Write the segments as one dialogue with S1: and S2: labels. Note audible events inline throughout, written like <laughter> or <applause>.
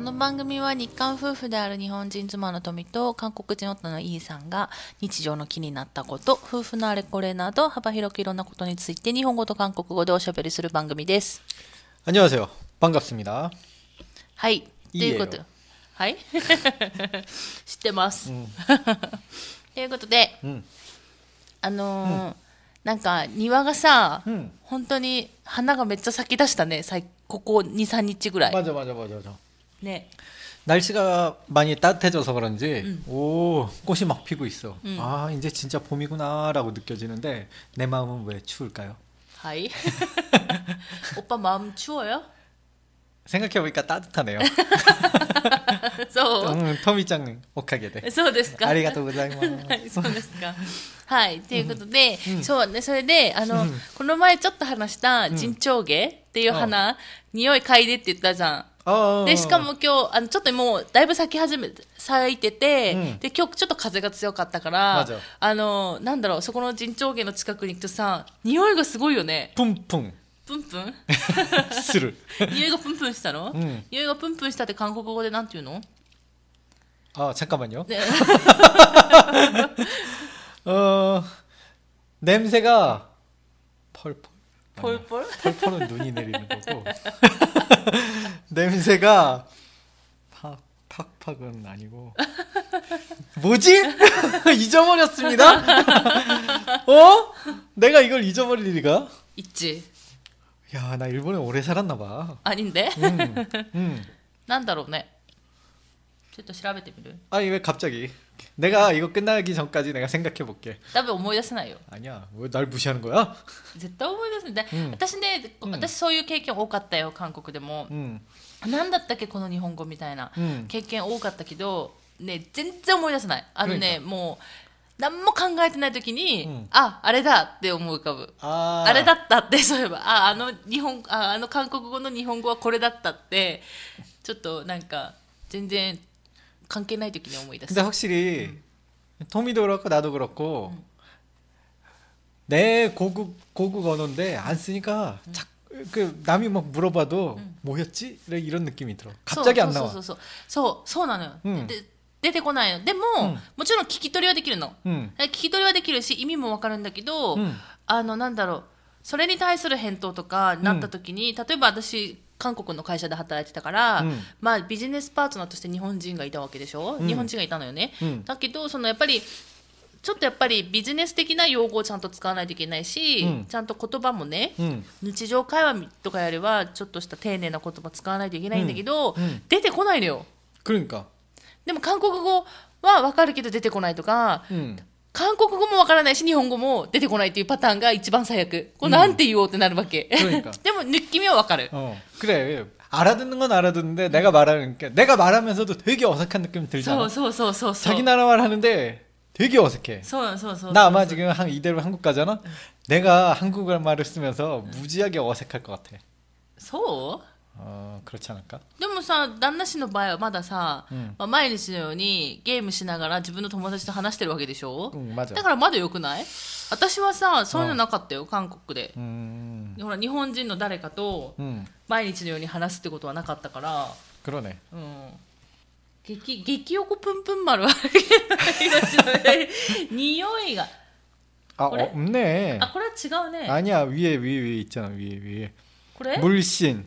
S1: の番組は日韓夫婦である日本人妻の富と韓国人夫のイーさんが日常の気になったこと、夫婦のあれこれなど幅広くいろんなことについて日本語と韓国語でおしゃべりする番組です。
S2: 안녕하세요. 반갑습니다.
S1: はい。と
S2: いい
S1: い
S2: え
S1: うこ
S2: よ
S1: と。はい。 <laughs> 知ってます。 <laughs> ということで、
S2: ん
S1: あのーなんか庭がさ、
S2: ん
S1: 本当に花がめっちゃ咲き出したね。さいここ2、3日ぐらい。
S2: 맞아, 맞아, 맞아, 맞아.
S1: ね。
S2: 날씨가 많이 따뜻해져서 그런지 오 꽃이 막 피고 있어. 아 이제 진짜 봄이구나라고 느껴지는데 내 마음은 왜 추울까요?
S1: <laughs> 하이. 오빠 마음 <laughs> 추워요?
S2: 생각해보니까 따뜻하네요.
S1: 소.
S2: 음, 터미짱 옥하게 돼.
S1: そうですか。
S2: 아리가또 고자이마스.
S1: はい、そうですか。はい、ということで、そうね、それで、あの、この前ちょっと話した、人長芸っていう花、匂い嗅いでって言ったじゃ
S2: 어,
S1: ん。で、しかも今日、あの、ちょっともう、だいぶ咲き始め、咲いてて、
S2: うん
S1: で、今日ちょっと風が強かったから
S2: 맞아 、
S1: あの、なんだろう、そこの人長芸の近くに行くとさ、匂いがすごいよね。
S2: 뿜뿜
S1: プンプ <laughs> ン
S2: 스르.
S1: 匂いがプンプンしたの、
S2: うん
S1: 匂いがプンプンしたって韓国語でなんて言うの
S2: 아 잠깐만요.
S1: 네.
S2: 어 냄새가
S1: <laughs>
S2: 펄펄.
S1: ポルポル
S2: 펄펄은 눈이 내리는 거고 <laughs> 냄새가 팍 팍팍은 아니고 뭐지 <laughs> 잊어버렸습니다 <laughs> 어 내가 이걸 잊어버릴 리가
S1: 一致
S2: 야 나 일본에 오래 살았나 봐
S1: ありんで
S2: 음, 음.
S1: なんだろうねちょっと調べてみる
S2: 아니 왜 갑자기 내가 이거 끝나기 전까지 내가 생각해 볼게
S1: 多分思い出せないよ
S2: 아니야 왜 날 무시하는 거야
S1: 絶対思い出せない、で
S2: うん
S1: 私ね、
S2: うん
S1: 私そういう経験多かったよ韓国でも、
S2: 음.
S1: なんだったっけこの日本語みたいな、
S2: うん
S1: 経験多かったけどね全然思い出せないあのね、もう何も考えてない時に、
S2: うん
S1: ああれだって思い浮かぶあれだ
S2: 음아
S1: ったって <laughs> そういえばああの日本ああの韓国語の日本語はこれだったってちょっとなんか全然関係ない時に思い出す
S2: 근데 확실히 토미도 그렇고 나도 그렇고 내 고국 고국 언어인데 안 쓰니까 자- 그 남이 막 물어봐도 뭐였지 이런- 이런 느낌이 들어. 갑자기 안
S1: そ
S2: 나와.
S1: うそうそうそうそうそうなのよ、
S2: うん
S1: で出てこないのでも、
S2: ん
S1: もちろん聞き取りはできるの
S2: 음,
S1: 聞き取りはできるし意味もわかるんだけど、
S2: うん
S1: あのなんだろうそれに対する返答とかなった時に、例えば私韓国の会社で働いてたから、
S2: うん
S1: まあ、ビジネスパートナーとして日本人がいたわけでしょ、
S2: ん
S1: 日本人がいたのよね、
S2: うん
S1: だけどそのやっぱりちょっとやっぱりビジネス的な用語をちゃんと使わないといけないし、
S2: うん
S1: ちゃんと言葉もね、
S2: 음,
S1: 日常会話とかよりはちょっとした丁寧な言葉使わないといけないんだけど、
S2: うんうん
S1: 出てこないのよ
S2: 그러니까.
S1: でも韓国語は分かるけど出てこないとか
S2: 음,
S1: 韓国語も分からないし日本語も出てこないっていうパターンが一番最悪これなんて言おうってなるわけ、
S2: 그러니까.
S1: <laughs> でも抜き目は分かる
S2: 어, 그래. 알아듣는 건 알아듣는데 내가 말하는 게 내가 말하면서도 되게 어색한 느낌
S1: そ
S2: 들잖아.
S1: うそうそうそうそう
S2: 자기 나라 말하는데 되게 어색해.
S1: そうそうそう
S2: 나 아마 지금 한 이대로 한국 가잖아. 내가 한국어 말을 쓰면서 무지하게 어색할 것 같아.
S1: そ
S2: 어 그렇지 않을까?
S1: うでもさ旦那氏の場合はまださ、
S2: うん
S1: まあ、毎日のようにゲームしながら自分の友達と話してるわけでしょ、
S2: 응 맞아.
S1: だからまだよくない私はさそういうのなかったよ韓国で
S2: 음,
S1: ほら日本人の誰かと
S2: 음
S1: 毎日のように話すってことはなかったから、
S2: 그러네.
S1: うん、激激横プンプン丸は命のね匂いが
S2: 아
S1: 그래?
S2: 어, 없네.
S1: あこれは違うね
S2: 아니야 위에 위에 위에 있잖아 위에 위에
S1: これあ
S2: 물씬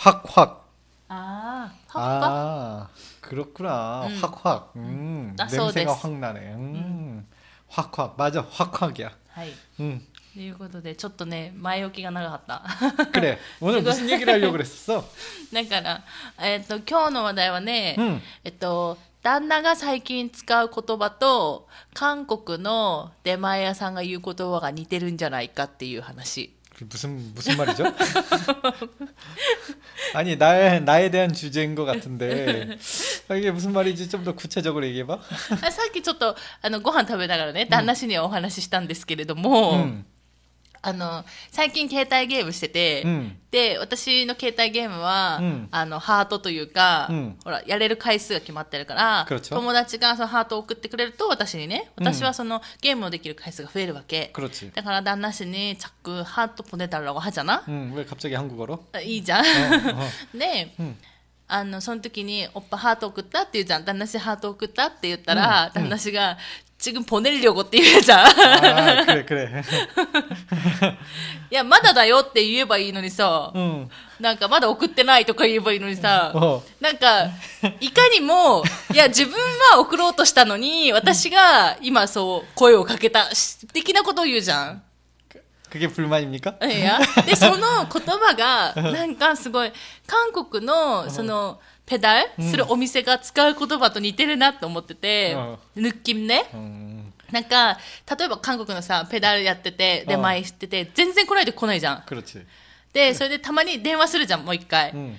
S2: 확확.
S1: あー葉っぱ
S2: 아 그렇구나
S1: 음.
S2: 확확. 음,
S1: 아,
S2: 냄새가
S1: 소데스.
S2: 확 나네. 음. 확확 맞아 확확이야.
S1: はい
S2: 음
S1: ということでちょっとね前置きが長かった <laughs>
S2: <laughs> 그래 오늘
S1: 이거-
S2: 무슨 얘기를 하려고 그랬었어? <laughs>
S1: だから、えっと今日の話題はね、
S2: 음.
S1: えっと旦那が最近使う言葉と韓国の出前屋さんが言う言葉が似てるんじゃないかっていう <laughs> 話
S2: 그 무슨 무슨 말이죠? <laughs> 아니 나에 나에 대한 주제인 것 <laughs> 같은데 아, 이게 무슨 말인지 좀 더 구체적으로 얘기해봐.
S1: あさっきちょっとあのご飯食べながらね旦那氏にはお話ししたんですけれども、
S2: 음,
S1: あの最近携帯ゲームしてて、
S2: 음,
S1: で私の携帯ゲームは、
S2: うん
S1: あのハートというか、
S2: うん
S1: ほらやれる回数が決まってるから
S2: 그렇죠
S1: 友達がそのハートを送ってくれると私にね私はその、ゲームをできる回数が増えるわけ
S2: 그렇지.
S1: だから旦那氏に「チャックハートポネタラゴハじゃな」
S2: 음, 왜 갑자기 한국어로?
S1: あいいじゃん
S2: 어, 어.
S1: <laughs> で、
S2: うん
S1: あのその時に「おっぱハート送った?」って言うじゃん「旦那氏ハート送った?」って言ったら、旦那氏が「지금보내려고」って言うじゃん
S2: 아, 그래, 그래.
S1: <laughs> いやまだだよって言えばいいのにさ、
S2: 응.
S1: なんかまだ送ってないとか言えばいいのにさ、
S2: 어.
S1: なんか、いかに <laughs> も、いや、自分は送ろうとしたのに、私が今そう、声をかけた、し的なことを言うじゃん。
S2: 그게 불만입니까?
S1: いや。で、その言葉が、なんかすごい、韓国の、その、ペダルするお店が使う言葉と似てるなと思ってて、ぬっきんね。
S2: 음,
S1: なんか、例えば韓国のさ、ペダルやってて、で、
S2: うん
S1: 前してて、全然来ないで来ないじゃん。
S2: 그렇지. 음,
S1: で、それでたまに電話するじゃん、もう一回。
S2: 응.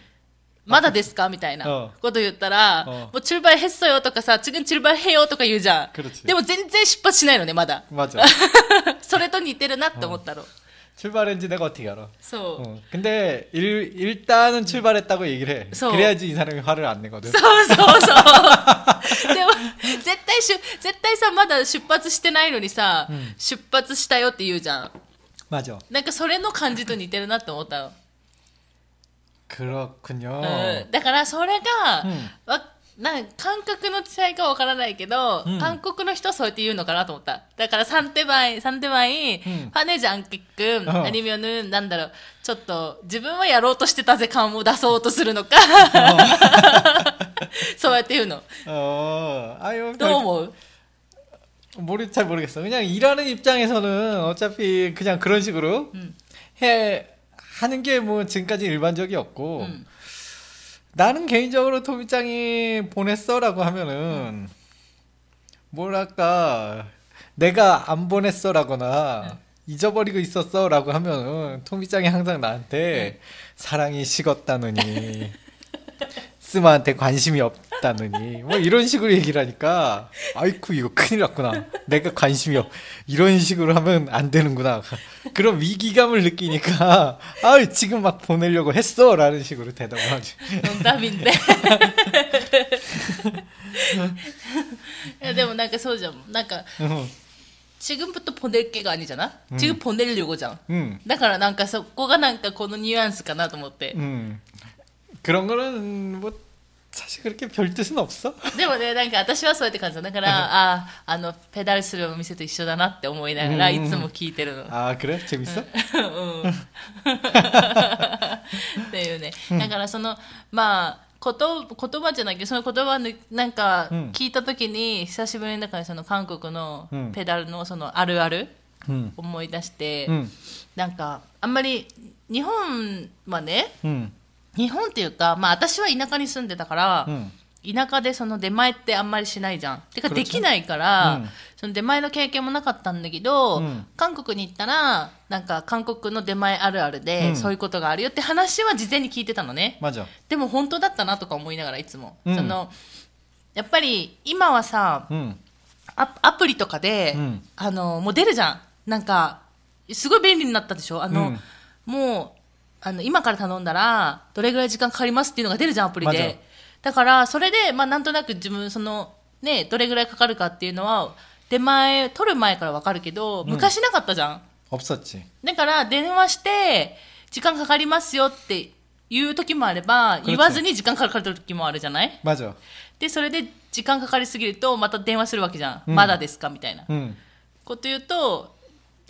S1: まだですかみたいなこと言ったら、
S2: うん
S1: もう출발했어요とかさ、지금출발해요とか言うじゃ
S2: 그렇지
S1: ん。でも全然出発しないのね、まだ。 <laughs>
S2: 맞아.
S1: それと似てるなって思ったの。
S2: 출발했는지 내가 어떻게 알아?
S1: そう。
S2: 어. 근데 일, 일단은 출발했다고 얘기를 해.
S1: 그래서-
S2: 그래야지 이 사람이 화를 안 내거든.
S1: そうそうそう。でも、絶対しゅ、絶対さ、まだ出発してないのにさ、出発したよって言うじゃん。
S2: 맞아.
S1: なんかそれの感じと似てるなって思ったの。
S2: 그렇군요.
S1: うんだからそれが、
S2: う
S1: わなんか感覚の違いかわからないけど、
S2: うん
S1: 韓国の人はそうやって言うのかなと思った。だからサンテバイ、サンテバイ、
S2: ん
S1: パネジャン結局、
S2: うん
S1: アニメをぬ、なんだろう、ちょっと自分はやろうとしてたぜ感を出そうとするのか、そうやって言うの。
S2: 어, 아유,
S1: どう
S2: 별-
S1: 思う
S2: 모르 잘 모르겠어. 그냥 일하는 입장에서는 어차피 그냥 그런 식으로
S1: 음.
S2: 해 하는 게 뭐 지금까지 일반적이었고
S1: 음.
S2: 나는 개인적으로 토미짱이 보냈어라고 하면은 뭐랄까 내가 안 보냈어라거나 잊어버리고 있었어라고 하면은 토미짱이 항상 나한테 사랑이 식었다느니 스마한테 관심이 없다느니 뭐 이런 식으로 얘기를 하니까 아이쿠 이거 큰일 났구나 내가 관심이 없 이런 식으로 하면 안 되는구나 그런 위기감을 느끼니까 아 지금 막 보내려고 했어라는 식으로 대답을 하지
S1: 飲んだみんでいやでもなんかそうじゃんなんか
S2: 응,
S1: 지금부터 보낼 게가 아니잖아 지금 보내려고 잖아
S2: 응,
S1: だからなんかそこがなんかこのニュアンスかなと思って。
S2: 응. 음. 그런 거는 뭐 사실 그렇게 별 뜻은 없어
S1: でもね、なんか私はそうやって感じた。だから、ああ、あの、ペダルするお店と一緒だなって思いながら、
S2: うんうんうん
S1: いつも聞いてるの。
S2: 아 그래 재밌어
S1: うん。っていうね。だからその、まあ、こと言葉じゃないけど、その言葉の、なんか
S2: うん、
S1: 聞いたときに、久しぶりに、だからその韓国の
S2: うん
S1: ペダルのそのあるある
S2: 응,
S1: 思い出して、
S2: 응,
S1: なんか、あんまり、日本はね、
S2: 응,
S1: 日本っていうか、まあ私は田舎に住んでたから、
S2: 응.
S1: 田舎でその出前ってあんまりしないじゃん。てか
S2: 그렇죠
S1: できないから、
S2: うん
S1: その出前の経験もなかったんだけど、
S2: うん
S1: 韓国に行ったら、なんか韓国の出前あるあるで、
S2: うん
S1: そういうことがあるよって話は事前に聞いてたのね。
S2: 맞아
S1: でも本当だったなとか思いながらいつも。
S2: うん
S1: そのやっぱり今はさ、
S2: 응,
S1: アアプリとかで、
S2: うん
S1: あのもう出るじゃんなんかすごい便利になったでしょあの、
S2: うん
S1: もうあの今から頼んだらどれぐらい時間かかりますっていうのが出るじゃんアプリ
S2: まだ
S1: でだからそれで、まあ、なんとなく自分そのねどれぐらいかかるかっていうのは出前取る前からわかるけど昔なかったじゃん、
S2: 없었지
S1: だから電話して時間かかりますよっていう時もあれば言わずに時間かかる時もあるじゃない
S2: 맞아
S1: でそれで時間かかりすぎるとまた電話するわけじゃん、
S2: うん
S1: まだですかみたいな
S2: 응.
S1: こと言うと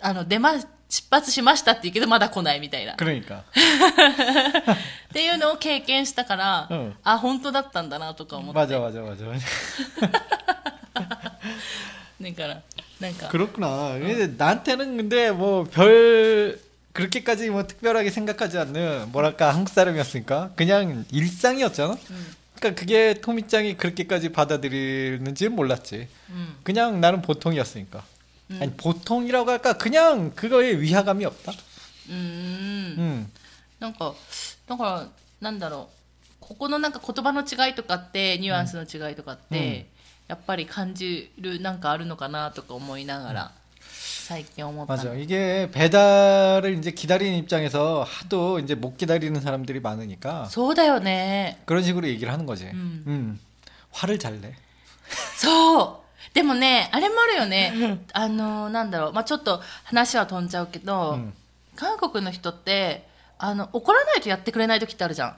S1: あの出ま出発しましたって言うけどまだ来ないみたいなっ
S2: 그러니까
S1: ていうのを経験したから、
S2: うん
S1: あ本当だったんだなとか思って
S2: 맞아 맞아 <laughs> 맞아 맞아.
S1: だからなんか
S2: 그렇구나 근데 나한테는 근데 뭐 별 그렇게까지 뭐 특별하게 생각하지 않는 뭐랄까 한국 사람이었으니까 그냥 일상이었잖아 그러니까 그게 토미짱이 그렇게까지 받아들이는지는 몰랐지
S1: うん
S2: 그냥 나는 보통이었으니까 아니 보통이라고 할까 그냥 그거에 위화감이 없다
S1: うーん
S2: 음.
S1: なんかだからなんだろうここのなんか言葉の違いとかってニュアンスの違いとかって、
S2: うん
S1: やっぱり感じるなんかあるのかなとか思いながら、最近思ったの
S2: 맞아. 이게 배달을 이제 기다리는 입장에서 하도 이제 못 기다리는 사람들이 많으니까
S1: そうだよね
S2: 그런 식으로 얘기를 하는 거지.
S1: 음.
S2: 음. 화를 잘 내.
S1: そうでもねあれもあるよねあのなんだろう、まあ、ちょっと話は飛んじゃうけど、
S2: うん
S1: 韓国の人ってあの怒らないとやってくれない時ってあるじゃん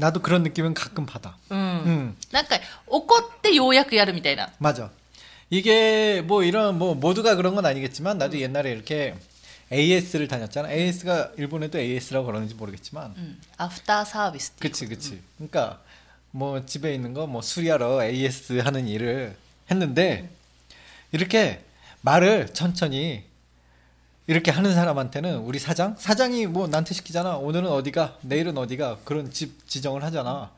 S2: 나도 그런 느낌은 가끔 받아.
S1: う。
S2: うん응
S1: なんか、怒ってようやくやるみたいな。
S2: 맞아. 이게 뭐 이런 뭐 모두가 그런 건 아니겠지만 나도 옛날에 이렇게 AS를 다녔잖아. AS가 일본에도 AS라고 그러는지 모르겠지만.
S1: うん。アフターサービスっていう
S2: 그치 그치. 그러니까 뭐 집에 있는 거 뭐 수리하러 AS 하는 일을 했는데 이렇게 말을 천천히 이렇게 하는 사람한테는 우리 사장 사장이 뭐 나한테 시키잖아. 오늘은 어디가 내일은 어디가 그런 집 지정을 하잖아.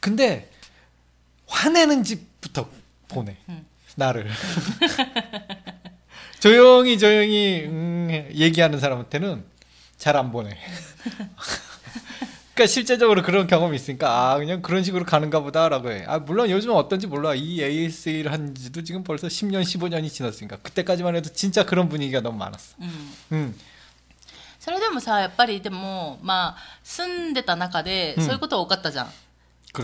S2: 근데 화내는 집부터 보내
S1: 음.
S2: 나를. <laughs> 조용히 조용히 음, 얘기하는 사람한테는 잘 안 보내. 그러니까 실제적으로 그런 경험이 있으니까 아 그냥 그런 식으로 가는가 보다라고 해. 아 물론 요즘 은 어떤지 몰라. 이 AS를 한지도 지금 벌써 10년 15년이 지났으니까 그때까지만 해도 진짜 그런 분위기가 너무 많았어.
S1: うん。
S2: 음,
S1: それでもさ、やっぱりでも、まあ、住んでた中で、
S2: うん
S1: そういうことは多かったじゃん。だか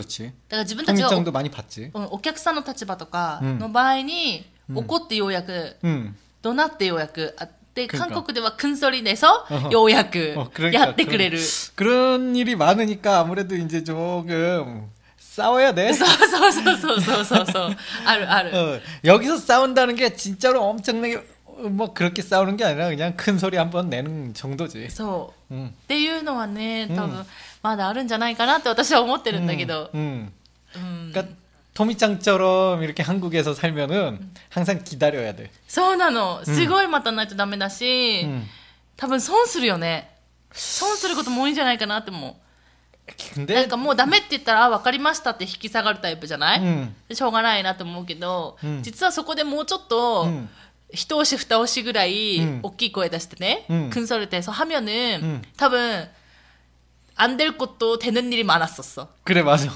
S2: 그렇지.
S1: ら自分たちがお、
S2: 통일장도 많이 봤지.
S1: うんお客さんの立場とか
S2: うん
S1: の場合に、
S2: うん
S1: 怒ってようやく、
S2: 음,
S1: 怒鳴ってようやく、あって、
S2: 그러니까
S1: 韓国ではくんそりねそ、ようやく
S2: 어, 、 그러니까
S1: やってくれる。
S2: 그런, 그런 일이 많으니까 아무래도 이제 조금 싸워야 돼.
S1: そうそうそうそうそうそうそう。あるある。
S2: 어, 여기서 싸운다는 게 진짜로 엄청나게 어, 뭐 그렇게 싸우는 게 아니라 그냥 큰 소리 한번 내는 정도지.
S1: そう。
S2: 음.
S1: っていうのはね、多
S2: う
S1: 分
S2: ん
S1: まだあるんじゃないかなって私は思ってるんだけ
S2: 음,
S1: ど、
S2: 음.
S1: うん
S2: 그러니까 토미짱처럼 이렇게 한국에서 살면은 항상 기다려야 돼.
S1: そうなのすごい待たないとダメだし、
S2: 음.
S1: 多分損するよね損することも多いんじゃないかなって思う
S2: 근데
S1: なんかもうダメって言ったらあ分かりましたって引き下がるタイプじゃない、
S2: 음,
S1: でしょうがないなと思うけど、
S2: うん
S1: 実はそこでもうちょっと、
S2: 음,
S1: 一押し二押しぐらい、
S2: うん
S1: 大きい声出してね、
S2: 음.
S1: 근소를때서 하면은
S2: 음.
S1: 多分안 될 것도 되는 일이 많았었어.
S2: 그래 맞아.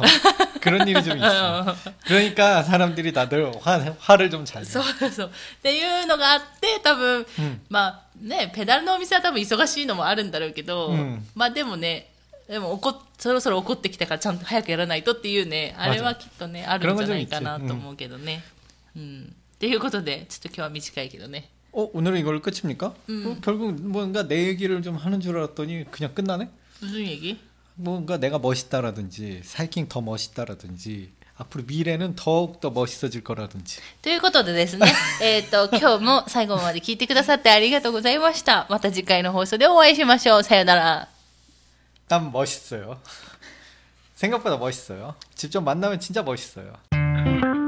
S2: 그런 일이 좀 있어. 그러니까 사람들이 다들 화, 화를 좀 잘. 내.
S1: そうそう。っていうのがあって、多分、
S2: ん
S1: まあね、ペダルのお店は多分忙しいのもあるんだろうけど、
S2: うん
S1: まあでもね、でも怒っそろそろ怒ってきたからちゃんと早くやらないとっていうね、あれはきっとね、あるんじゃないかなと思うけどね。うん。っていうことで、ちょっと今日は短いけどね。
S2: 어 오늘은 이걸로 끝입니까? 어, 결국 뭔가 내 얘기를 좀 하는 줄 알았더니 그냥 끝나네.
S1: 무슨얘기
S2: 뭔가 내가 멋있다라든지 사이킹 더 멋있다라든지 앞으로 미래는 더욱 더 멋있어질 거라든지.
S1: ということで <laughs> ですね、えっと、今日も最後まで聞いてくださってありがとうございました。また次回の放送でお会いしましょう。さよなら。
S2: 난 <laughs> 멋있어요. 생각보다 멋있어요. 직접 만나면 진짜 멋있어요.